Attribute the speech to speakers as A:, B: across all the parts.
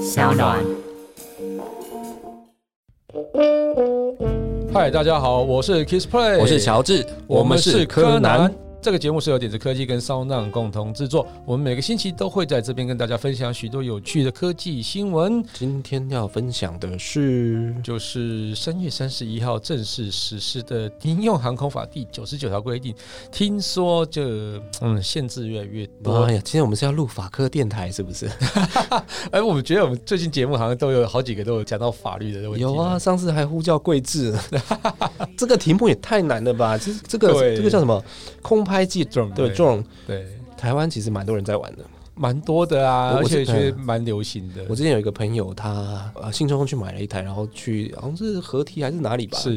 A: 小暖。
B: 嗨，大家好，我是 Kiss Play，
C: 我是乔治，
B: 我们是柯南。。这个节目是由点子科技跟 s o u n d 共同制作，我们每个星期都会在这边跟大家分享许多有趣的科技新闻。
C: 今天要分享的是，
B: 就是三月三十一号正式实施的《民用航空法》第九十九条规定，听说这嗯限制越来越多
C: 妈。哎呀，今天我们是要录法科电台是不是？
B: 哎，我们觉得我们最近节目好像都有好几个都有讲到法律的问题。
C: 有啊，，上次还呼叫桂智， 这个题目也太难了吧？这这个
B: 对
C: 这个叫什么？空拍技
B: Drone，
C: 对
B: 对
C: drone，
B: 对，
C: 台湾其实蛮多人在玩的。
B: 蛮多的啊，
C: 我
B: 而
C: 我
B: 且
C: 是
B: 觉得蛮流行的。
C: 我之前有一个朋友，他呃兴冲冲去买了一台，然后去好像是合体还是哪里吧，
B: 是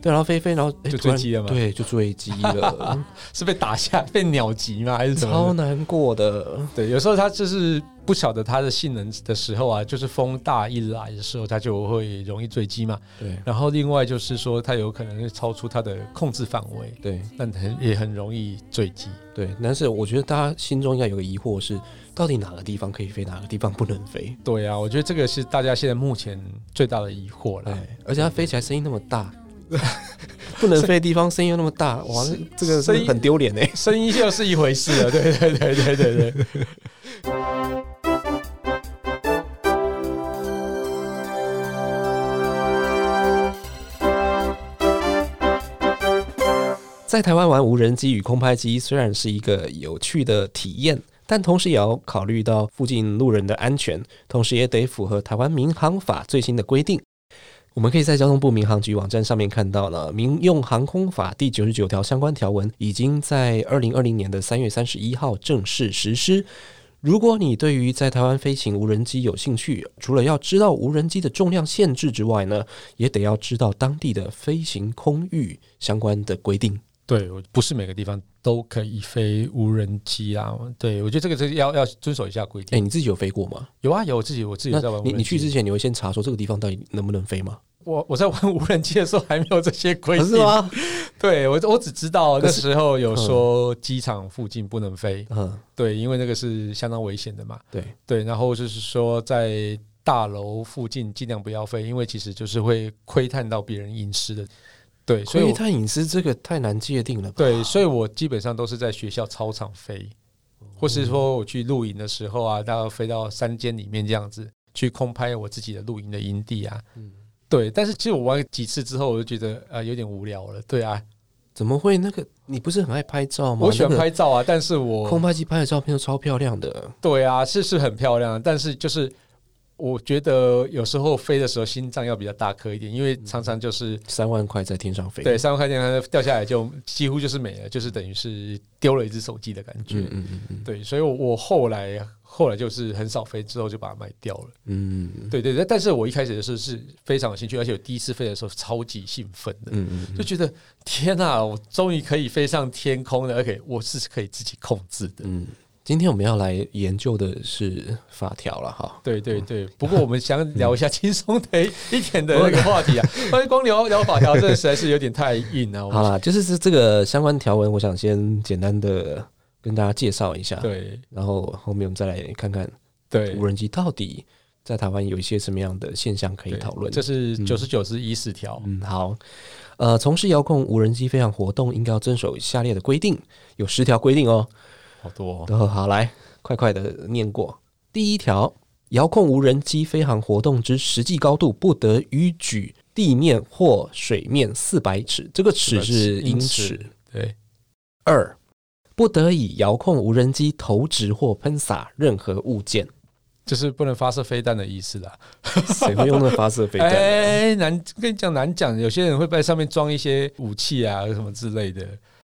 C: 对，然后飞飞，然后哎
B: 就
C: 突然
B: 坠机了吗
C: 对，就坠机 了，
B: 是被打下被鸟击吗？还是什么的？
C: 超难过 的。
B: 对，有时候它就是不晓得它的性能的时候啊，就是风大一来的时候，它就会容易坠机嘛。
C: 对
B: 然后另外就是说，它有可能会超出它的控制范围，
C: 对
B: 但很也很容易坠机。
C: 对，但是我觉得大家心中应该有个疑惑是，到底哪个地方可以飞，哪个地方不能飞？
B: 对啊，我觉得这个是大家现在目前最大的疑惑了。
C: 哎，而且它飞起来声音那么 大，不能飞的地方声音又那么大，哇，这个
B: 声
C: 声
B: 音
C: 音很丢脸哎。
B: 声音又是一回事了，对对对对对对。
C: 在台湾玩无人机与空拍机虽然是一个有趣的体验，但同时也要考虑到附近路人的安全，同时也得符合台湾民航法最新的规定。我们可以在交通部民航局网站上面看到呢，《民用航空法》第九十九条相关条文已经在二零二零年的三月三十一号正式实施。如果你对于在台湾飞行无人机有兴趣，除了要知道无人机的重量限制之外呢，也得要知道当地的飞行空域相关的规定。
B: 对，我不是每个地方都可以飞无人机啊。对，我觉得这个是要要遵守一下规
C: 哎、
B: 定。
C: 你自己有飞过吗？
B: 有啊，有我自己我自己有在玩无人
C: 你
B: 机。
C: 你去之前，你会先查说这个地方到底能不能飞吗？
B: 我我在玩无人机的时候还没有这些规定？
C: 哦吗？
B: 对我我只知道那
C: 可是
B: 时候有说机场附近不能飞，
C: 嗯，
B: 对，因为那个是相当危险的嘛。
C: 对，
B: 对，然后就是说在大楼附近尽量不要飞，因为其实就是会窥探到别人隐私的。对，所
C: 所
B: 以
C: 以
B: 我
C: 它隐私这个太难界定了吧？
B: 对，所以我基本上都是在学校操场飞，或是说我去露营的时候啊，大概飞到山间里面这样子去空拍我自己的露营的营地啊。
C: 嗯
B: 对，但是其实我玩几次之后，我就觉得呃有点无聊了。对啊，
C: 怎么会那个？你不是很爱拍照吗？
B: 我喜欢
C: 那个
B: 拍照啊，但是我
C: 空拍机拍的照片都超漂亮的。
B: 对啊，是是很漂亮，但是就是我觉得有时候飞的时候心脏要比较大颗一点，因为常常就是、
C: 三万块在天上飞，
B: 对，三万块钱它掉下来就几乎就是没了，就是等于是丢了一只手机的感觉。
C: 嗯，嗯嗯嗯
B: 对，所以我我后来后来就是很少飞，之后就把它卖掉了。
C: 嗯嗯
B: 对对对，但是我一开始的时候是非常有兴趣，而且我第一次飞的时候超级兴奋的。
C: 嗯嗯
B: 就觉得天呐，我终于可以飞上天空了，而且我是可以自己控制的。
C: 嗯。今天我们要来研究的是法条了哈。
B: 对对对，不过我们想
C: 嗯
B: 聊一下轻松的一点的那个话题啊，关于光聊聊法条，这实在是有点太硬了。
C: 好
B: 我
C: 啦，就是这这个相关条文，我想先简单的跟大家介绍一下，
B: 对
C: 然后后面我们再来看看
B: 对
C: 无人机到底在台湾有一些什么样的现象可以
B: 对
C: 讨论？
B: 这是
C: 嗯
B: 九十九之一十条，
C: 嗯，好，呃，从事遥控无人机飞行活动，应该要遵守下列的规定，有十条规定哦。
B: 好多哦
C: 哦，好，来，快快的念过。第一条，遥控无人机飞行活动之实际高度不得逾矩地面或水面四百尺，这个尺是英尺。
B: 对
C: 二，不得以遥控无人机投掷或喷洒任何物件，
B: 就是不能发射飞弹的意思啦。
C: 谁会用那个发射飞弹呢？
B: 哎，难跟你讲难讲，有些人会在上面装一些武器啊什么之类的，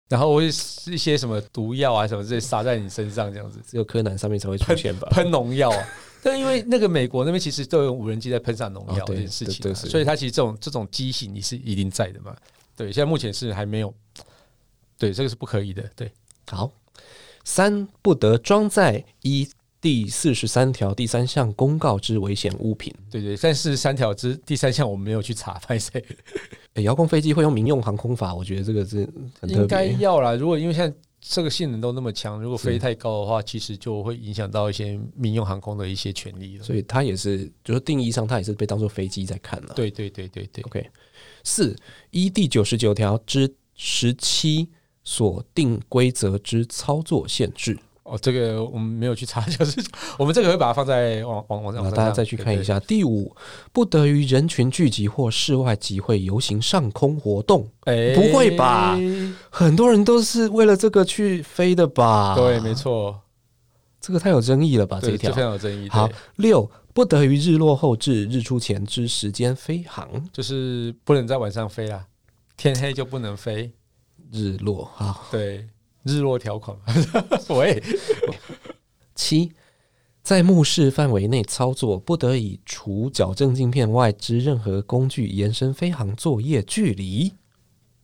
B: 然后会是一些什么毒药啊什么之类撒在你身上这 样子。
C: 只有柯南上面才会出现吧？
B: 喷农药啊。但因为那个美国那边其实都有无人机在喷洒农药
C: 哦
B: 这
C: 对
B: 件事情
C: 对
B: 啊、
C: 对是
B: 所以它其实这种这种机型你是一定在的嘛。对，现在目前是还没有，对，这个是不可以的。对，
C: 好，三不得装载依第四十三条第三项公告之危险物品。
B: 对对。但是三条之第三项我没有去查， 拍谁
C: 诶遥控飞机会用民用航空法，我觉得这个是很特
B: 应该
C: 别。
B: 要啦。如果因为现在这个性能都那么强，如果飞
C: 是
B: 太高的话，其实就会影响到一些民用航空的一些权利了。
C: 所以它也是，就是定义上它也是被当做飞机在看了、
B: 对对对对对，
C: OK，四依第九十九条之十七所定规则之操作限制，
B: 哦，这个我们没有去查， 就是我们这个会把它放在网网网
C: 那
B: 站上，
C: 大家再去看一下。第五，不得于人群聚集或室外集会、游行、上空活动。
B: 对。对
C: 不会吧
B: 哎
C: 很多人都是为了这个去飞的吧？
B: 对，没错，
C: 这个太有争议了啊吧？这
B: 对，
C: 一
B: 这
C: 条
B: 非。常有争议。
C: 好
B: 对，，
C: 六不得于日落后至日出前之时间飞行。
B: 就是不能在晚上飞啦，天黑就不能飞。
C: 日落好。
B: 对，日落条款嘛。 喂，
C: 七，在目视范围内操作，不得以除矫正镜片外之任何工具延伸飞行作业距离。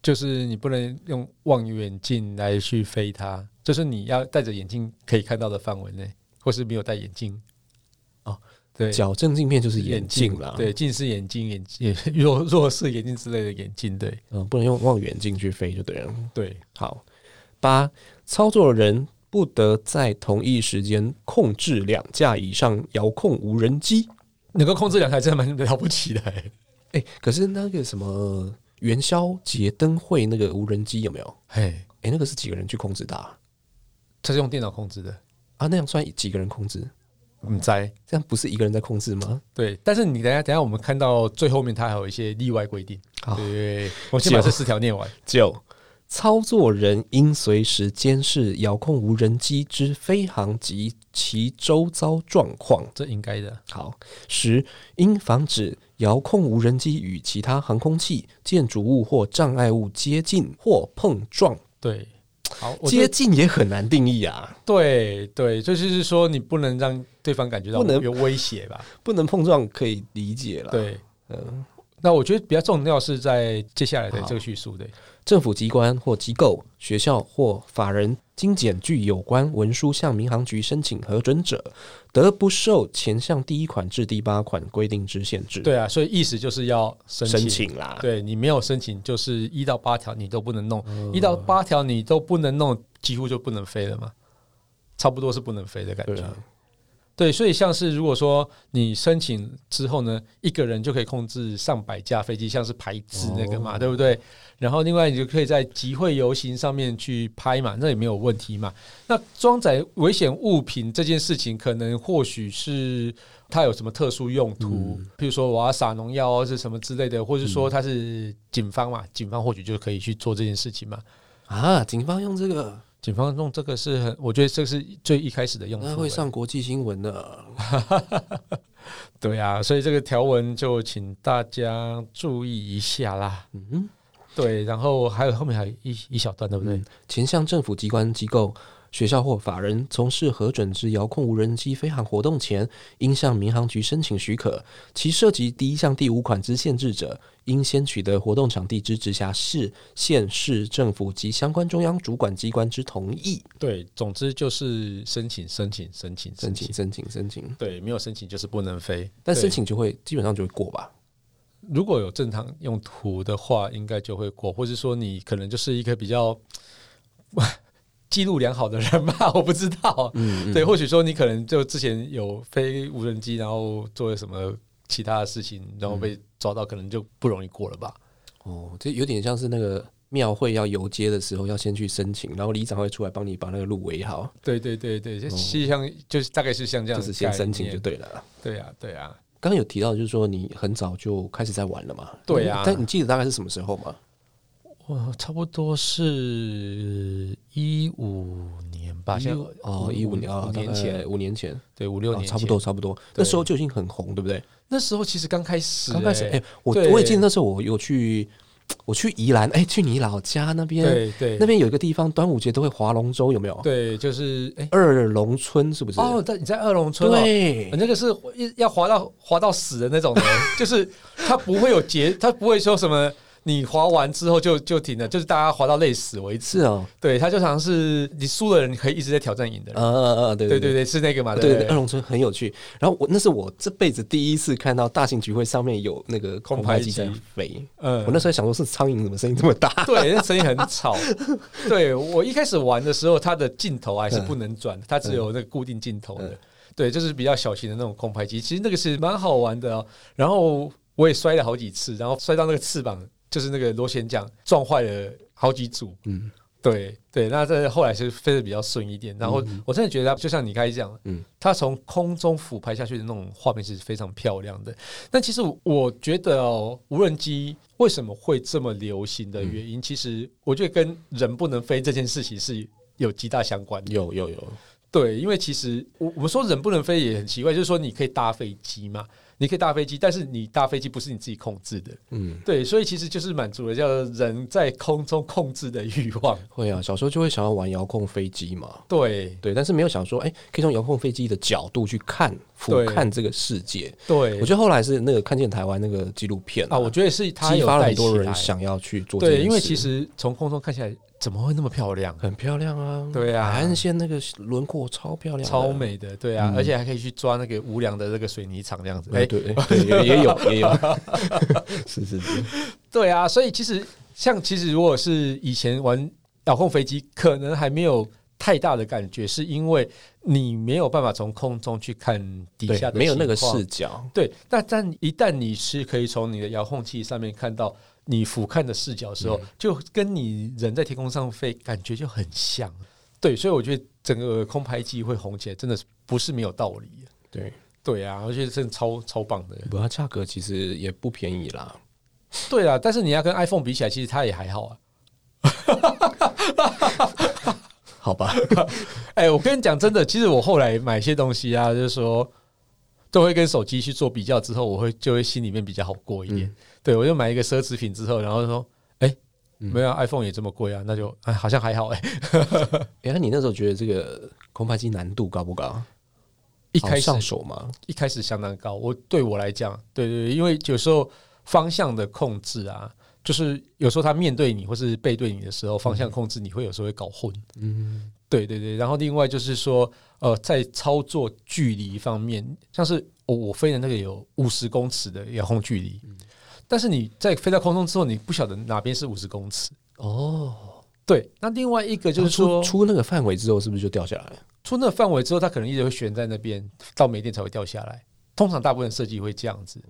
B: 就是你不能用望远镜来去飞它，就是你要戴着眼镜可以看到的范围内，或是没有戴眼镜。
C: 哦，
B: 对，
C: 矫正镜片就是眼镜啦，，
B: 对，近视眼镜、眼 镜弱弱视眼镜之类的眼镜，对
C: 嗯，不能用望远镜去飞就对了。
B: 对，
C: 好，八，操作人不得在同一时间控制两架以上遥控无人机。
B: 能够控制两台真的蛮了不起的、欸。
C: 哎、可是那个什么元宵节灯会那个无人机有没有？
B: 嘿，
C: 哎、那个是几个人去控制的啊？
B: 它是用电脑控制的，
C: 啊，那样算几个人控制？
B: 嗯，在
C: 这样不是一个人在控制吗？
B: 对。但是你等一下等一下，我们看到最后面它还有一些例外规定。
C: 好
B: 对，我先把
C: 就
B: 这四条念完。
C: 九，操作人应随时监视遥控无人机之飞行及其周遭状况。
B: 这应该的，
C: 好，十，应防止遥控无人机与其他航空器、建筑物或障碍物接近或碰撞。
B: 对。好，我
C: 接
B: 接
C: 近也很难定义啊，
B: 对对，就是说你不能让对方感觉到
C: 不能
B: 有威胁 吧？
C: 不能碰撞可以理解了。，
B: 对。
C: 嗯，
B: 那我觉得比较重要是在接下来的
C: 好
B: 这个叙述，对，
C: 政府机关或机构、学校或法人经检具有关文书向民航局申请核准者，得不受前项第一款至第八款规定之限制。，
B: 对啊，所以意思就是要申
C: 申
B: 请
C: 请啊啦。
B: 对你没有申请，就是一到八条你都不能弄，
C: 嗯
B: 一、到八条你都不能弄，几乎就不能飞了嘛，差不多是不能飞的感觉。
C: 对啊
B: 对所以像是如果说你申请之后呢，一个人就可以控制上百架飞机，像是排字那个
C: 哦
B: 嘛，对不对？然后另外你就可以在集会游行上面去拍嘛，那也没有问题嘛。那装载危险物品这件事情，可能或许是它有什么特殊用途，
C: 嗯
B: 譬如说我要撒农药啊，是什么之类的，或是说它是警方嘛，警方或许就可以去做这件事情嘛。
C: 啊，警方用这个，
B: 警方弄这个是很，我觉得这是最一开始的用途、欸
C: 那会上国际新闻的。
B: 对啊，所以这个条文就请大家注意一下啦。
C: 嗯哼，
B: 对，然后还有后面还有一一小段，对不对？
C: 嗯前项政府机关机构。学校或法人从事核准之遥控无人机飞行活动前，应向民航局申请许可。其涉及第一项第五款之限制者，应先取得活动场地之直辖市、县市政府及相关中央主管机关之同意。
B: 对，总之就是申请，申请，申请，
C: 申请，。申请，申请。
B: 对，没有申请就是不能飞，
C: 但申
B: 对
C: 请就会基本上就会过吧？
B: 如果有正常用途的话，应该就会过，或是说你可能就是一个比较 记录良好的人吧， 我不知道。
C: 嗯
B: 对，或许说你可能就之前有飞无人机，然后做了什么其他的事情，然后
C: 嗯
B: 被抓到，可能就不容易过了吧。
C: 哦，这有点像是那个庙会要游街的时候，要先去申请，然后里长会出来帮你把那个路围好，
B: 对对对对，就其实像就是大概是像这
C: 哦
B: 样
C: 就
B: 的
C: 是
B: 概念，
C: 先申请就对了。
B: 对啊对啊。
C: 刚刚有提到，就是说你很早就开始在玩了嘛？
B: 对啊
C: 但你记得大概是什么时候吗？
B: 我差不多是一五年吧，像
C: 15哦，一五年啊，
B: 五年
C: 大
B: 前，
C: 概五年前，
B: 对五六
C: 哦
B: 年
C: 差不
B: 前
C: 多，。差不多。那时候就已经很红，对不对？
B: 那时候其实刚开始，
C: 刚开始，
B: 欸
C: 哎，我
B: 对
C: 我也记得那时候我有去，我去宜兰，哎，去你老家那边，
B: 对对，
C: 那边有一个地方，端午节都会划龙舟，有没有？
B: 对，就是哎、
C: 二龙村是不是？
B: 哦，在你在二龙村哦，
C: 对
B: 呃，那个是 一要滑到滑到死的那种的，就是他不会有节，他不会说什么你滑完之后就就停了，就是大家滑到累死为
C: 是
B: 止。
C: 哦，
B: 对，它就常是你输的人可以一直在挑战赢的人。
C: 呃呃呃，对
B: 对
C: 对
B: 对对，是那个嘛？
C: 对
B: 不
C: 对，二龙村很有趣。然后我那是我这辈子第一次看到大型集会上面有那个
B: 空
C: 空
B: 拍
C: 拍机
B: 机
C: 在飞。
B: 嗯
C: 我那时候想说，是苍蝇怎么声音这么大？
B: 对，那声音很吵。对我一开始玩的时候，它的镜头还是不能转，它只有那个固定镜头的
C: 嗯。
B: 对，就是比较小型的那种空拍机，其实那个是蛮好玩的、哦。然后我也摔了好几次，然后摔到那个翅膀，就是那个螺旋桨撞坏了好几组。
C: 嗯，
B: 对对，那这后来是飞得比较顺一点。然后我真的觉得它，就像你刚才讲，嗯
C: 嗯，
B: 它从空中俯拍下去的那种画面是非常漂亮的。那其实我觉得哦，无人机为什么会这么流行的原
C: 嗯
B: 因，其实我觉得跟人不能飞这件事情是有极大相关 的。
C: 有有有，
B: 对，因为其实我我们说人不能飞也很奇怪，就是说你可以搭飞机嘛，你可以搭飞机，但是你搭飞机不是你自己控制的。
C: 嗯，
B: 对，所以其实就是满足了叫人在空中控制的欲望。
C: 会啊，小时候就会想要玩遥控飞机嘛。
B: 对
C: 对，但是没有想说，哎、可以从遥控飞机的角度去看、俯
B: 对
C: 瞰这个世界。
B: 对，
C: 我觉得后来是那个看见台湾那个纪录片
B: 啊，我觉得是它
C: 激
B: 有
C: 发了
B: 带
C: 很
B: 起
C: 多人
B: 来。
C: 想要去做这件
B: 对，
C: 事。
B: 因为其实从空中看起来怎么会那么漂亮？
C: 很漂亮啊，
B: 对啊
C: 海岸线那个轮廓超漂亮，
B: 超。美的，对啊，
C: 嗯
B: 而且还可以去抓那个无良的那个水泥厂这样子。哎、
C: 哎，对哎对，也也有也 有，是是是，
B: 对啊，所以其实像其实如果是以前玩遥控飞机，可能还没有太大的感觉，是因为你没有办法从空中去看底
C: 对
B: 下，的
C: 没有那个
B: 情况
C: 视角，
B: 对，但但一旦你是可以从你的遥控器上面看到你俯瞰的视角的时候，就跟你人在天空上飞感觉就很像。对，所以我觉得整个空拍机会红起来，真的是不是没有道理的。
C: 对，
B: 对啊，我觉得真的超超棒的。
C: 不过它价格其实也不便宜啦，
B: 对啊，但是你要跟 iPhone 比起来，其实它也还好啊。
C: 好吧？
B: 哎、我跟你讲真的，其实我后来买一些东西啊，就是说都会跟手机去做比较，之后我会就会心里面比较好过一点。
C: 嗯
B: 对我就买一个奢侈品之后，然后说，哎、
C: 嗯
B: 没有啊、iPhone 也这么贵啊，那就哎好像还好哎、
C: 哎，那你那时候觉得这个空拍机难度高不高？
B: 一
C: 好
B: 开始
C: 上手吗？
B: 一开始相当高，我对我来讲，对对对，因为有时候方向的控制啊，就是有时候他面对你或是背对你的时候，方向控制你会有时候会搞混。
C: 嗯，
B: 对对对，然后另外就是说，呃，在操作距离方面，像是我我飞的那个有五十公尺的遥控距离，但是你在飞到空中之后，你不晓得哪边是五十公尺。
C: 哦，
B: 对，那另外一个就是
C: 出
B: 说，
C: 出那个范围之后，是不是就掉下来了？
B: 出那个范围之后，它可能一直会悬在那边，到没电才会掉下来。通常大部分设计会这样子。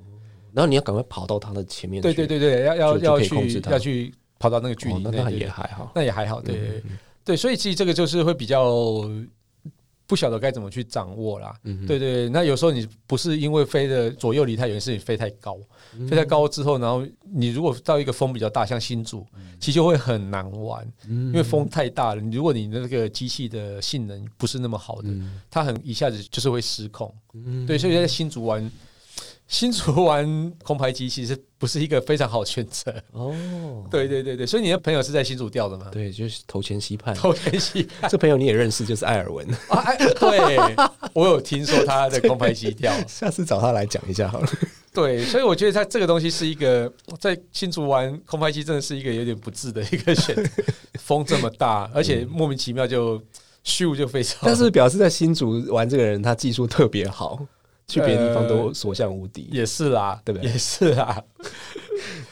C: 然后你要赶快跑到它的前面
B: 对
C: 去，
B: 对对对，要要
C: 就就
B: 要
C: 可以控制
B: 去
C: 它
B: 要去跑到那个距
C: 哦
B: 离，
C: 那
B: 对
C: 那
B: 对
C: 也
B: 对
C: 还好，
B: 那也还好，
C: 嗯
B: 对对对对，所以其实这个就是会比较不晓得该怎么去掌握啦。
C: 嗯，
B: 对对，对那有时候你不是因为飞的左右离太远，是你飞太高，
C: 嗯
B: 飞太高之后，然后你如果到一个风比较大，像新竹，
C: 嗯
B: 其实就会很难玩，因为风太大了。你如果你那个机器的性能不是那么好的，
C: 嗯
B: 它很一下子就是会失控。对，所以在新竹玩。新竹玩空拍机其实不是一个非常好的选择，
C: 哦，
B: 对对对对，所以你的朋友是在新竹钓的吗？
C: 对，就是头前溪畔。
B: 偷天西
C: 这朋友你也认识，就是艾尔文，
B: 啊， 哎，对我有听说他的空拍机钓，
C: 下次找他来讲一下好了。
B: 对，所以我觉得他这个东西是一个在新竹玩空拍机真的是一个有点不智的一个选择，风这么大，而且莫名其妙就咻就飞走，
C: 但是表示在新竹玩这个人，他技术特别好，去别的地方都所向无敌。
B: 也是啦，
C: 对不对
B: 也是啦，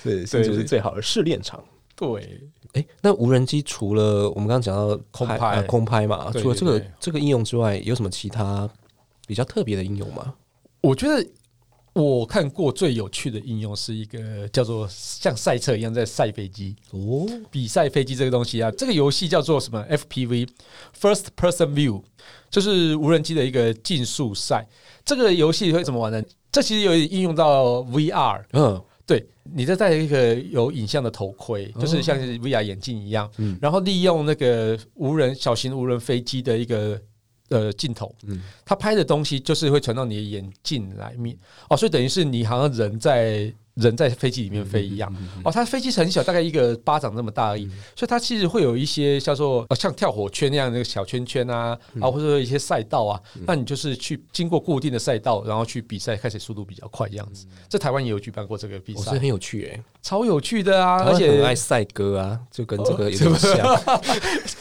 C: 对，新竹是最好的试炼场。
B: 对，
C: 哎，那无人机除了我们刚刚讲到
B: 空拍
C: 呃空拍嘛，
B: 对
C: 除了这个
B: 对对
C: 这个应用之外，有什么其他比较特别的应用吗？
B: 我觉得。我看过最有趣的应用是一个叫做像赛车一样在赛飞机，
C: 哦，
B: 比赛飞机这个东西啊，这个游戏叫做什么 FPV（First Person View），就是无人机的一个竞速赛。这个游戏会怎么玩呢？这其实有点应用到 VR，
C: 嗯，
B: 对，你再戴一个有影像的头盔，就是像是 VR 眼镜一样，
C: 嗯
B: 然后利用那个无人小型无人飞机的一个呃镜头，
C: 嗯
B: 它拍的东西就是会传到你的眼镜来面哦，所以等于是你好像人在人在飞机里面飞
C: 嗯
B: 一样。哦，它飞机是很小，大概一个巴掌那么大而已，所以它其实会有一些叫做呃像跳火圈那样的小圈圈啊，
C: 嗯
B: 啊，或者说一些赛道啊，那你就是去经过固定的赛道，然后去比赛，看谁速度比较快这样子。这台湾也有举办过这个比
C: 嗯我是
B: 赛，
C: 哦很有趣诶、
B: 超有趣的啊！
C: 台
B: 而
C: 湾很
B: 且哦
C: 爱赛鸽啊，就跟这个有点像。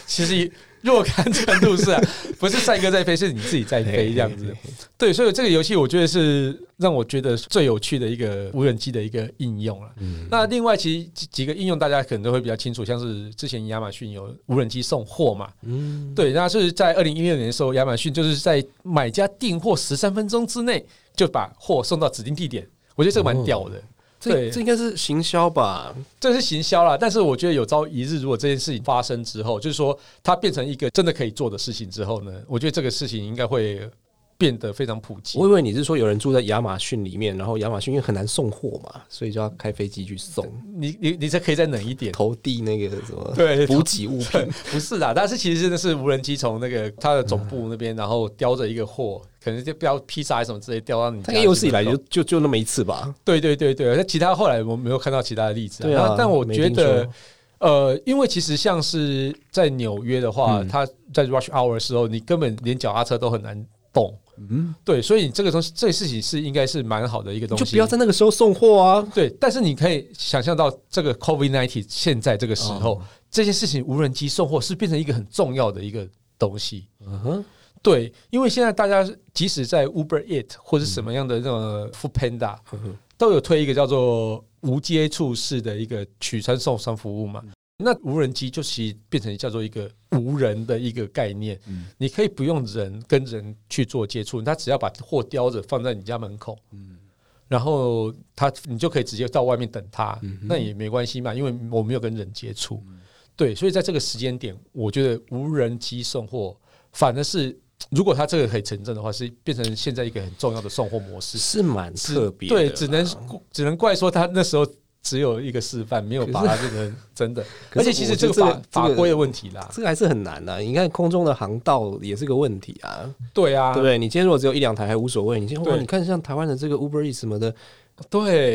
B: 其实若干程度 是啊，不是赛哥在飞，是你自己在飞这样子。对，所以这个游戏我觉得是让我觉得最有趣的一个无人机的一个应用了。
C: 嗯
B: 那另外其实几几个应用大家可能都会比较清楚，像是之前亚马逊有无人机送货嘛，
C: 嗯，
B: 对，那是在二零一六年的时候，亚马逊就是在买家订货十三分钟之内就把货送到指定地点，我觉得这个蛮屌的。
C: 这
B: 对
C: 哦这应该是行销吧？
B: 这是行销啦，但是我觉得有朝一日，如果这件事情发生之后，就是说它变成一个真的可以做的事情之后呢，我觉得这个事情应该会变得非常普及。
C: 我以为你是说有人住在亚马逊里面，然后亚马逊因为很难送货嘛，所以就要开飞机去送，
B: 你你你这可以再冷一点，
C: 投递那个什么
B: 对
C: 补给物品。
B: 不是啦，但是其实真的是无人机从那个它的总部那边，然后叼着一个货，可能就标披萨还是什么之类叼到你
C: 大
B: 家去
C: 概
B: 门口。
C: 有史以来就就就那么一次吧。
B: 对对对对，那其他后来我没有看到其他的例子、
C: 对啊
B: 那但我
C: 没
B: 觉
C: 听说
B: 得，呃，因为其实像是在纽约的
C: 嗯
B: 话，它在 rush hour 的时候，你根本连脚踏车都很难动。嗯，对，所以你这个东西，这个事情是应该是蛮好的一个东西。
C: 就不要在那个时候送货啊！
B: 对，但是你可以想象到这个 COVID nineteen 现在这个时
C: 哦
B: 候，这件事情无人机送货是变成一个很重要的一个东西。
C: 嗯哼，
B: 对，因为现在大家即使在 Uber Eat 或是什么样的那种呃 Food Panda，、都有推一个叫做无接触式的一个取餐送餐服务嘛。那无人机就其实变成叫做一个无人的一个概念，你可以不用人跟人去做接触，它只要把货叼着放在你家门口，然后它你就可以直接到外面等它，那也没关系嘛，因为我没有跟人接触，对，所以在这个时间点，我觉得无人机送货反而是如果它这个可以成真的话，是变成现在一个很重要的送货模式，
C: 是蛮
B: 只
C: 特别的啦，
B: 对，只能只能怪说他那时候只有一个示范，没有把它变成 真的。
C: 可
B: 而
C: 是
B: 且其实
C: 我觉得
B: 这个
C: 这
B: 法
C: 个这
B: 法
C: 个
B: 规的问题啦，
C: 啊这个还是很难的、你看空中的航道也是个问题啊，
B: 对啊，
C: 对不对？你今天如果只有一两台还无所谓，你今天哇，
B: 对
C: 你看像台湾的这个 Uber E 什么的，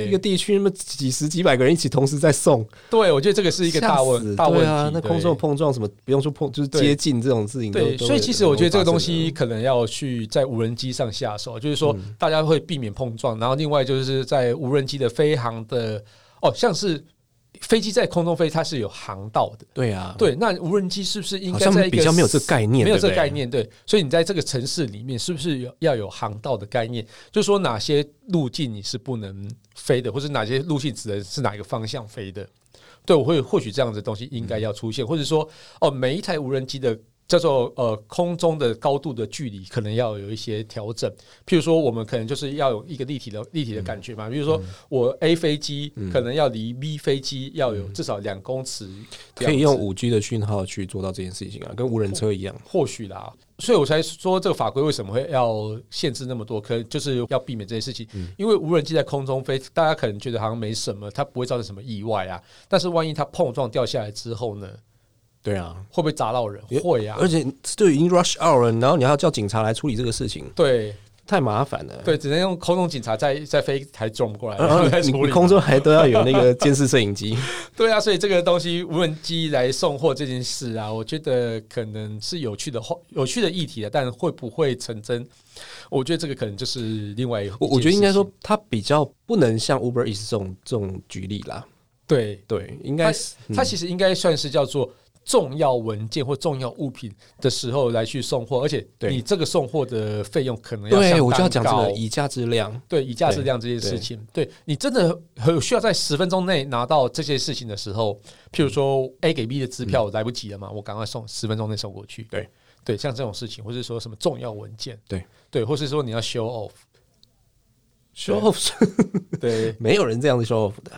C: 一个
B: 对
C: 地区那么几十几百个人一起同时在送，
B: 对，我觉得这个是一个大
C: 吓死
B: 问大问
C: 对啊
B: 题。，
C: 那
B: 对
C: 空中的碰撞什么不用说碰，就是
B: 对
C: 接近这种事情都。
B: 对，
C: 都
B: 所以
C: 会
B: 其实我觉得这个东
C: 容易
B: 西可能要去在无人机上下手，就是说
C: 嗯
B: 大家会避免碰撞，然后另外就是在无人机的飞航的哦，像是飞机在空中飞，它是有航道的。
C: 发生的。对啊，
B: 对，那无人机是不是应
C: 好
B: 该
C: 像
B: 在一个
C: 比较没有这个概念，
B: 没有这
C: 对
B: 个
C: 不对
B: 概。念，对，所以你在这个城市里面是不是有要有航道的概念？就是说哪些路径你是不能飞的，或者哪些路径只能是哪一个方向飞的？对，我会或许这样子的东西
C: 嗯
B: 应该要出现，或者说哦，每一台无人机的叫做呃空中的高度的距离，可能要有一些调整。譬如说，我们可能就是要有一个立体的立体的
C: 嗯
B: 感觉嘛。比如说，我 A 飞机可能要离 B 飞机要有至少两公尺，
C: 嗯可以用五 G 的讯号去做到这件事情啊，跟无人车一样。
B: 或许啦，所以我才说这个法规为什么会要限制那么多，可能就是要避免这些事情。
C: 嗯
B: 因为无人机在空中飞，大家可能觉得好像没什么，它不会造成什么意外啊。但是万一它碰撞掉下来之后呢，
C: 对啊，
B: 会不会砸到人？会啊，
C: 而且就已经 rush hour 了，然后你还要叫警察来处理这个事情，
B: 对
C: 太麻烦了。
B: 对，只能用空中警察再再飞一台 drone 过来，
C: 然
B: 然后
C: 后
B: 再
C: 你
B: 处
C: 呃你
B: 理。
C: 空中还都要有那个监视摄影机，
B: 对啊，所以这个东西无人机来送货这件事啊，我觉得可能是有趣的话，有趣的议题啊，但会不会成真？我觉得这个可能就是另外一
C: 我我觉得应该
B: 一件
C: 说
B: 事情
C: 它比较不能像 Uber Eats 这种这种举例啦。
B: 对。
C: 对，应该是嗯
B: 它其实应该算是叫做重要文件或重要物品的时候来去送货，而且
C: 对
B: 你这个送货的费用可能要相
C: 对
B: 当
C: 我就要讲这
B: 高
C: 个以价质量。
B: 对以价质量这件事情，对你真的很需要在十分钟内拿到这些事情的时候，譬如说 A 给 B 的支票来不及了嘛，我赶快送十分钟内送过去。
C: 对
B: 对，像这种事情，或是说什么重要文件，
C: 对
B: 对，或是说你要 show off，
C: show off
B: 对，
C: 没有人这样子 show off 的，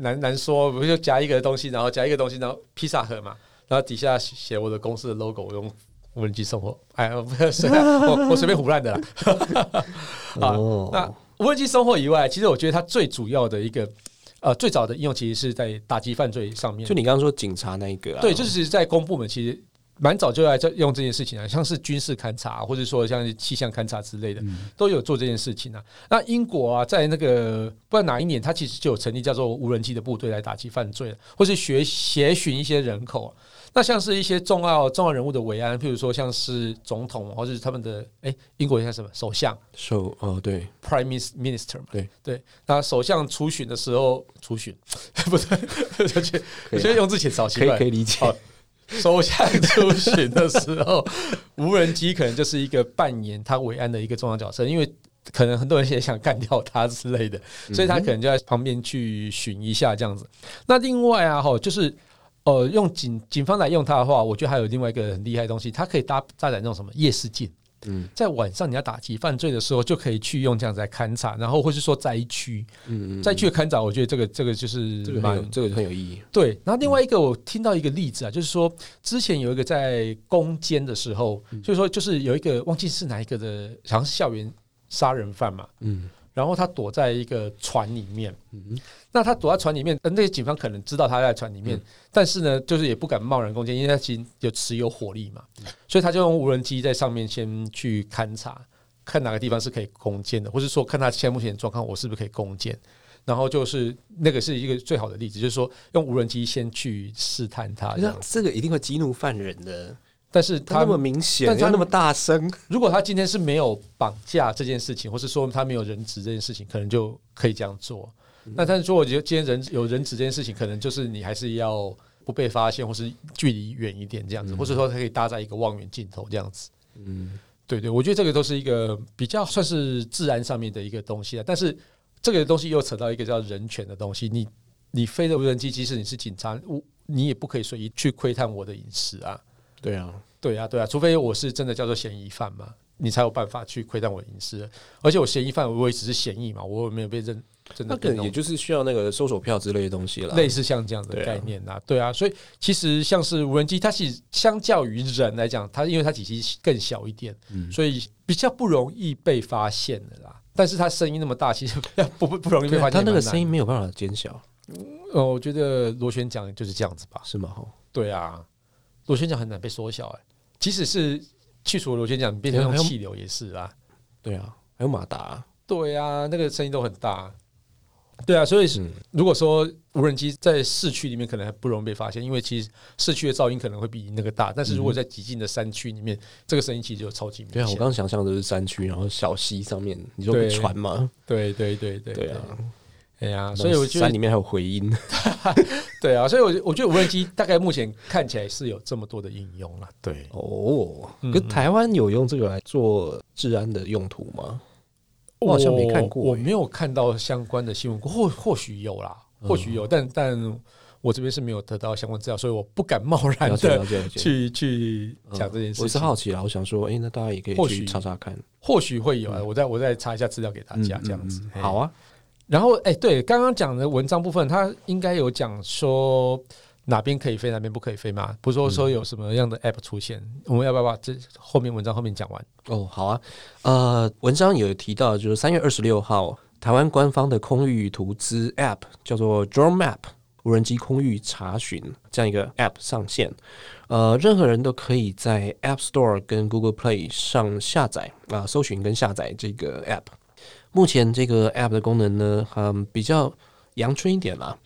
B: 难难说，不就夹一个东西，然后夹一个东西，然后披萨盒嘛，然后底下写我的公司的 logo，我用无人机送货。哎，我 不是啊，我我随便胡乱的啦。啊
C: 哦，
B: 那无人机送货以外，其实我觉得它最主要的一个呃最早的应用，其实是在打击犯罪上面
C: 就。你刚刚说警察那一个啊，
B: 对，就是在公部门其实。蛮早就来这用这件事情啊，像是军事勘察、啊或者说像是气象勘察之类的，
C: 嗯
B: 都有做这件事情啊。那英国啊，在那个不知道哪一年，它其实就有成立叫做无人机的部队来打击犯罪，或是学协寻一些人口啊。那像是一些重要重要人物的维安，譬如说像是总统，啊或者是他们的哎、英国叫什么首相
C: 手哦，对，
B: （Prime Minis- Minister） 嘛，
C: 对
B: 对。那首相出巡的时候，出巡 不对， 我觉得
C: 可
B: 我
C: 以
B: 觉得
C: 啊
B: 用字遣词好奇
C: 可以
B: 怪
C: 可。以理解
B: 好， 首相出巡的时候，无人机可能就是一个扮演他维安的一个重要角色，因为可能很多人也想干掉他之类
C: 嗯
B: 的，所以他可能就在旁边去巡一下这样子。那另外啊，哈，就是。呃，用警警方来用它的话，我觉得还有另外一个很厉害的东西，它可以搭搭载那种什么夜视镜，
C: 嗯
B: 在晚上你要打击犯罪的时候，就可以去用这样子来勘察，然后或是说灾区，
C: 嗯嗯，
B: 灾区的勘察，我觉得这个这个就是
C: 这个很
B: 蛮
C: 有这个很有意义，
B: 对，然后另外一个我听到一个例子啊，就是说之前有一个在攻坚的时候，
C: 嗯
B: 就是说就是有一个忘记是哪一个的，好像是校园杀人犯嘛，
C: 嗯
B: 然后他躲在一个船里面，
C: 嗯
B: 那他躲在船里面，呃那些警方可能知道他在船里面，
C: 嗯
B: 但是呢，就是也不敢贸然攻坚，因为他其实有持有火力嘛，
C: 嗯
B: 所以他就用无人机在上面先去勘察，看哪个地方是可以攻坚的，或是说看他现在目前的状况，我是不是可以攻坚。然后就是那个是一个最好的例子，就是说用无人机先去试探他这
C: 那
B: 样子。
C: 这个一定会激怒犯人的，
B: 但是
C: 他
B: 他
C: 那么明显，
B: 但是他
C: 又那么大声，
B: 如果他今天是没有绑架这件事情，或是说他没有人质这件事情，可能就可以这样做。
C: 嗯
B: 那但是说，我觉得今天人有人质这件事情，可能就是你还是要不被发现，或是距离远一点这样子，或者说它可以搭载一个望远镜头这样子。
C: 嗯，
B: 对对，我觉得这个都是一个比较算是治安上面的一个东西啊。但是这个东西又扯到一个叫人权的东西，你你飞的无人机，即使你是警察，我你也不可以随意去窥探我的隐私啊。
C: 对啊，
B: 对啊，对啊，除非我是真的叫做嫌疑犯嘛，你才有办法去窥探我的隐私。而且我嫌疑犯，我也只是嫌疑嘛，我也没有被认真的
C: 那
B: 被
C: 可能
B: 弄
C: 也就是需要那个搜索票之类的东西了，
B: 类似像这样的
C: 对啊
B: 概念啊，对啊，所以其实像是无人机，它是相较于人来讲，它因为它体积更小一点，
C: 嗯
B: 所以比较不容易被发现的啦。但是它声音那么大，其实 不不不容易被
C: 对
B: 发
C: 啊，
B: 现。
C: 他那个声音，没有办法减小，
B: 呃，我觉得螺旋桨就是这样子吧。
C: 是吗？哦
B: 对啊，螺旋桨很难被缩小、欸，即使是去除螺旋桨，变成
C: 还
B: 用
C: 有
B: 气流也是啊。
C: 对啊，还有马达，
B: 对啊，那个声音都很大。对啊，所以是
C: 嗯
B: 如果说无人机在市区里面可能还不容易被发现，因为其实市区的噪音可能会比那个大，但是如果在极近的山区里面，这个声音其实就超级明
C: 对啊，我
B: 显。
C: 刚刚想象的是山区，然后小溪上面，你说
B: 对
C: 船嘛，
B: 对对对对
C: 对啊，
B: 对，哎呀，所以我觉
C: 山
B: 得
C: 里面还有回音，
B: 对啊，所以我我觉得无人机大概目前看起来是有这么多的应用了。对，
C: 哦，
B: 嗯
C: 可台湾有用这个来做治安的用途吗？我好像没看过
B: 我，我
C: 欸
B: 没有看到相关的新闻，或或许有啦，或许有，但但我这边是没有得到相关资料，所以我不敢贸然
C: 了解
B: 的
C: 了解了解。
B: 去去讲这件
C: 我
B: 事
C: 是
B: 情。
C: 好奇啦，我想说，哎、那大家也可以
B: 或
C: 去
B: 许
C: 查查看，
B: 或许会有啊，我再我再查一下资料给大家，
C: 嗯
B: 这样子
C: 嗯。嗯好
B: 嘿，
C: 啊，
B: 然后哎、对，刚刚讲的文章部分，他应该有讲说哪边可以飞，哪边不可以飞嘛？不是说说有什么样的 app 出现，我们要不要把这后面文章后面讲完？
C: 哦，好啊，呃，文章有提到，就是三月二十六号，台湾官方的空域图资 App 叫做 Drone Map 无人机空域查询这样一个 App 上线，呃，任何人都可以在 App Store 跟 Google Play 上下载啊、搜寻跟下载这个 App。目前这个 App 的功能呢，嗯，比较阳春一点啦。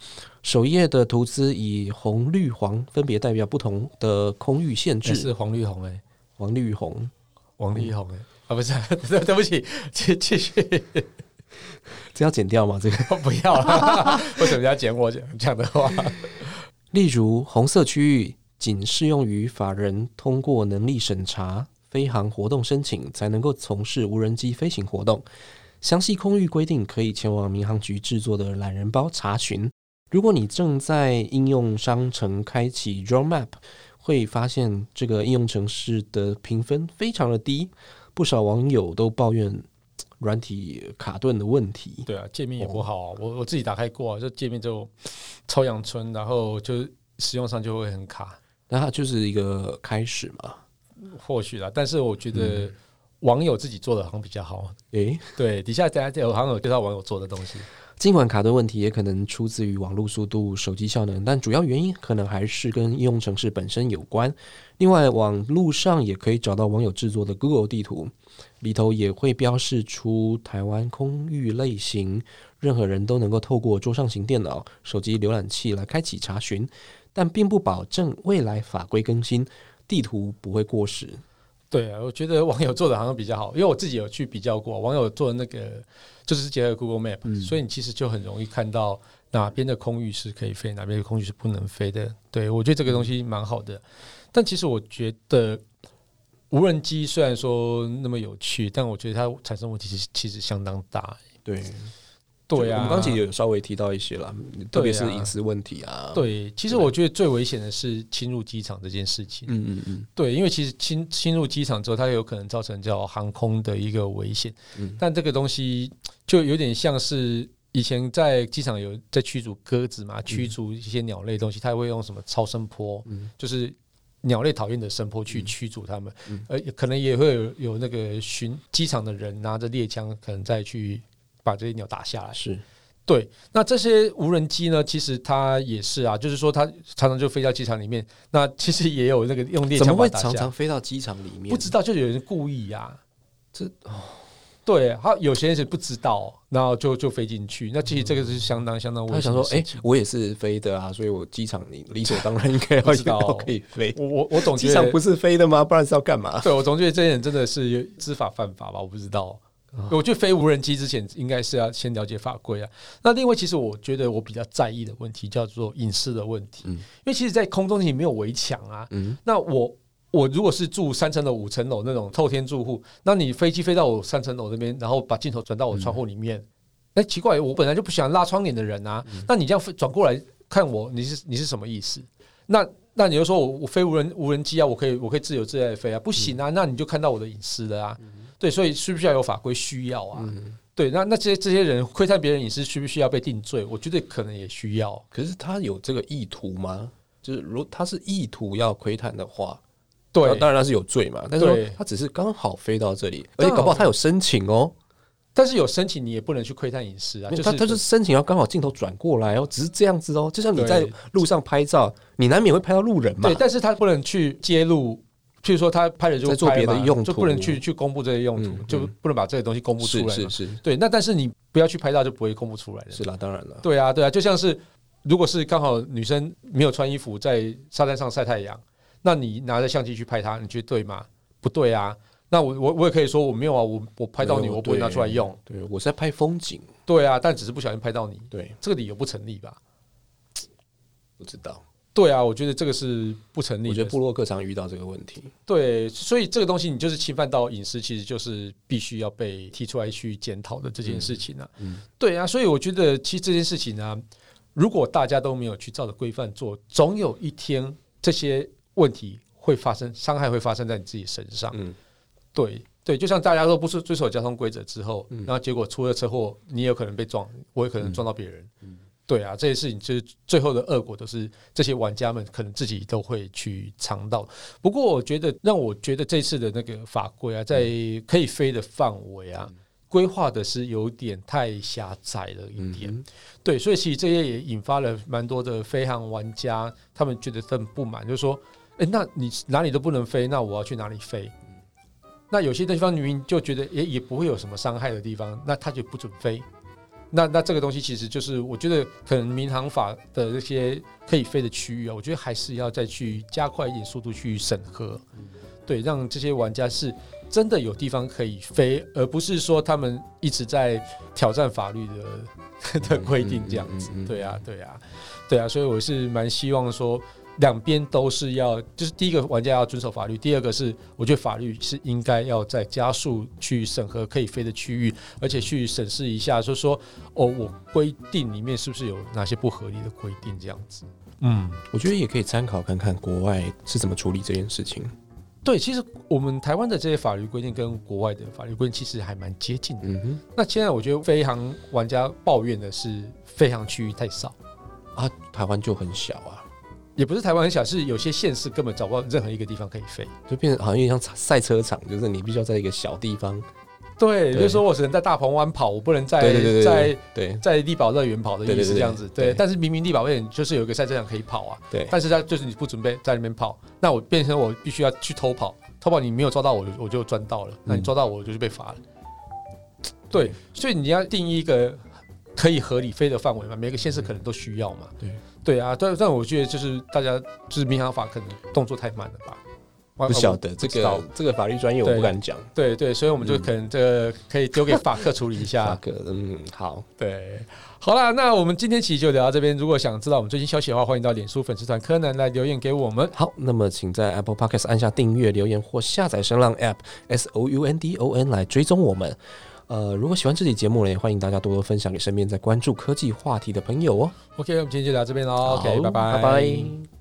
C: 首页的图资以红、绿、黄分别代表不同的空域限
B: 这
C: 制，
B: 是黄绿红哎、
C: 黄、绿、红。
B: 王力宏哎、啊不是， 对对不起，继继续，
C: 这要剪掉吗？这个？
B: 我不要了， 为什么要剪我讲讲的话？
C: 例如，红色区域仅适用于法人通过能力审查、飞航活动申请才能够从事无人机飞行活动。详细空域规定可以前往民航局制作的懒人包查询。如果你正在应用商城开启 Drone Map，会发现这个应用程式的评分非常的低，不少网友都抱怨嘖软体卡顿的问题。
B: 对啊，界面也不好、啊，我我自己打开过、啊，就界面就超阳春，然后就使用上就会很卡。
C: 那它就是一个开始嘛，嗯
B: 或许啦，但是我觉得网友自己做的好像比较好。
C: 诶，
B: 对，底下大家有好像有介绍网友做的东西。
C: 尽管卡顿问题也可能出自于网络速度、手机效能，但主要原因可能还是跟应用程式本身有关。另外，网络上也可以找到网友制作的 Google 地图，里头也会标示出台湾空域类型，任何人都能够透过桌上型电脑、手机浏览器来开启查询，但并不保证未来法规更新，地图不会过时。
B: 对啊，我觉得网友做的好像比较好，因为我自己有去比较过，网友做的那个就是结合 Google Map，、所以
C: 嗯
B: 你其实就很容易看到哪边的空域是可以飞，哪边的空域是不能飞的。对我觉得这个东西蛮好的，但其实我觉得无人机虽然说那么有趣，但我觉得它产生问题其实其实相当大。
C: 对，
B: 对啊，
C: 我们刚才也有稍微提到一些啦，特别是隐私问题啊。，
B: 对，其实
C: 对
B: 我觉得最危险的是侵入机场这件事情。
C: 嗯嗯嗯，
B: 对，因为其实侵侵入机场之后，它有可能造成叫航空的一个危险。
C: 嗯
B: 但这个东西就有点像是以前在机场有在驱逐鸽子嘛，驱逐一些鸟类的东西，它会用什么超声波，
C: 嗯
B: 就是鸟类讨厌的声波去驱逐它们。
C: 嗯
B: 呃，可能也会有有那个巡机场的人拿着猎枪，可能再去把这些鸟打下来。
C: 是，
B: 对，那这些无人机呢？其实它也是啊，就是说它常常就飞到机场里面。那其实也有那个用猎
C: 怎么
B: 枪把
C: 会
B: 它打下
C: 常
B: 来
C: 常飞到机场里面？
B: 不知道，就有人故意啊。
C: 这
B: 哦，对，他有些人是不知道，然后就就飞进去。那其实这个是相当相当危
C: 他
B: 险。
C: 想说，哎、，我也是飞的啊，所以我机场理理所当然应该要
B: 不知道
C: 要可以飞。
B: 我我我总
C: 机
B: 觉
C: 场
B: 得，
C: 不是飞的吗？不然是要干嘛？
B: 对我总觉得这些人真的是有知法犯法吧？我不知道。
C: 啊
B: 我觉得飞无人机之前，应该是要先了解法规啊。那另外，其实我觉得我比较在意的问题叫做隐私的问题，
C: 嗯
B: 因为其实，在空中你没有围墙啊，
C: 嗯，
B: 那我我如果是住三层楼、五层楼那种透天住户，那你飞机飞到我三层楼那边，然后把镜头转到我窗户里
C: 嗯
B: 面，哎、奇怪，我本来就不喜欢拉窗帘的人啊，那你这样飞转过来看我，你是你是什么意思？那那你就说我我飞无人无人机啊，我可以我可以自由自在的飞啊，不行
C: 嗯
B: 啊，那你就看到我的隐私了啊。对，所以需不需要有法规？需要啊。
C: 嗯
B: 对，那那这些这些人窥探别人隐私，需不需要被定罪？我觉得可能也需要。
C: 可是他有这个意图吗？就是如他是意图要窥探的话，
B: 对
C: 那，当然他是有罪嘛。但是说
B: 对
C: 他只是刚好飞到这里，而且
B: 刚好
C: 搞不好他有申请哦，
B: 但是有申请，你也不能去窥探隐私啊。就是
C: 他他就是申请要刚好镜头转过来哦，只是这样子哦。就像你在
B: 对
C: 路上拍照，你难免会拍到路人嘛
B: 对，。但是他不能去揭露，譬如说他拍了就
C: 在做
B: 拍
C: 别的
B: 嘛
C: 用
B: 就
C: 途
B: 不能去去公布这些用途，
C: 嗯
B: 就不能把这些东西公布出来
C: 是
B: 嘛。
C: 是是
B: 对，那但是你不要去拍照，就不会公布出来了。
C: 是啦，当然了，
B: 对啊，对啊，就像是如果是刚好女生没有穿衣服在沙滩上晒太阳，那你拿着相机去拍她，你觉得对吗？不对啊。那我我我也可以说我没有啊，我我拍到
C: 没
B: 你，
C: 有
B: 我不会拿出来用。
C: 对我是在拍风景，
B: 对啊，但只是不小心拍到你，
C: 对，
B: 这个理由不成立吧？
C: 不知道。
B: 对啊，我觉得这个是不成立的。
C: 我觉得布洛克常遇到这个问题。
B: 对，所以这个东西你就是侵犯到隐私，其实就是必须要被提出来去检讨的这件事情啊。
C: 嗯
B: 对啊，所以我觉得其实这件事情啊呢、如果大家都没有去照着规范做，总有一天这些问题会发生，伤害会发生在你自己身上。
C: 嗯，
B: 对对，就像大家都不是遵守交通规则之后，
C: 嗯
B: 然后结果出了车祸，你也有可能被撞，我也可能撞到别人。
C: 嗯
B: 对啊，这些事情就是最后的恶果，都是这些玩家们可能自己都会去尝到。不过，我觉得让我觉得这次的那个法规
C: 嗯
B: 啊，在可以飞的范围啊，规划的是有点太狭窄了一点。
C: 嗯
B: 对，所以其实这些也引发了蛮多的飞航玩家，他们觉得很不满，就是说，诶，哎那你哪里都不能飞，那我要去哪里飞？那有些地方明明就觉得也也不会有什么伤害的地方，那他就不准飞。那那这个东西其实就是，我觉得可能民航法的这些可以飞的区域啊，我觉得还是要再去加快一点速度去审核，对，让这些玩家是真的有地方可以飞，而不是说他们一直在挑战法律的 的规定这样子
C: 嗯嗯嗯嗯。
B: 对啊，对啊，对啊，所以我是蛮希望说。两边都是要，就是第一个玩家要遵守法律，第二个是我觉得法律是应该要在加速去审核可以飞的区域，而且去审视一下，就是说哦，我规定里面是不是有哪些不合理的规定这样子？嗯，
C: 我觉得也可以参考看看国外是怎么处理这件事情。
B: 对，其实我们台湾的这些法律规定跟国外的法律规定其实还蛮接近的。
C: 嗯哼，
B: 那现在我觉得飞航玩家抱怨的是飞航区域太少，
C: 啊，台湾就很小啊，
B: 也不是台湾很小，是有些县市根本找不到任何一个地方可以飞。
C: 就变成好像有点像赛车场，就是你必须要在一个小地方，
B: 对，
C: 对
B: 就是说我只能在大鹏湾跑，我不能在
C: 对对对对
B: 在
C: 对
B: 在力宝乐园跑的
C: 对
B: 意
C: 对
B: 思，
C: 对
B: 这样子。
C: 对
B: 对，但是明明力宝乐园就是有一个赛车场可以跑啊，
C: 对对
B: 但是它就是你不准备在里面跑，那我变成我必须要去偷跑，偷跑你没有抓到我，我就赚到
C: 嗯
B: 了；那你抓到我，我就是被罚了。对，所以你要定义一个可以合理飞的范围嘛，每个县市可能都需要嘛。
C: 嗯对
B: 对啊，但但我觉得就是大家就是民航法可能动作太慢了吧，我
C: 不晓得
B: 不
C: 这
B: 知道
C: 个这个法律专业我
B: 对
C: 不敢讲。
B: 对对，所以我们就
C: 嗯
B: 可能这个可以丢给法克处理一
C: 那
B: 下。
C: 个嗯，好，
B: 对，好啦，那我们今天其实就聊到这边。如果想知道我们最新消息的话，欢迎到脸书粉丝团柯南来留言给我们。
C: 好，那么请在 Apple Podcast 按下订阅、留言或下载声浪 App S O U N D O N 来追踪我们。呃，如果喜欢这期节目呢，也欢迎大家多多分享给身边在关注科技话题的朋友哦。
B: OK，我们今天就聊到这边喽。OK，拜
C: 拜拜。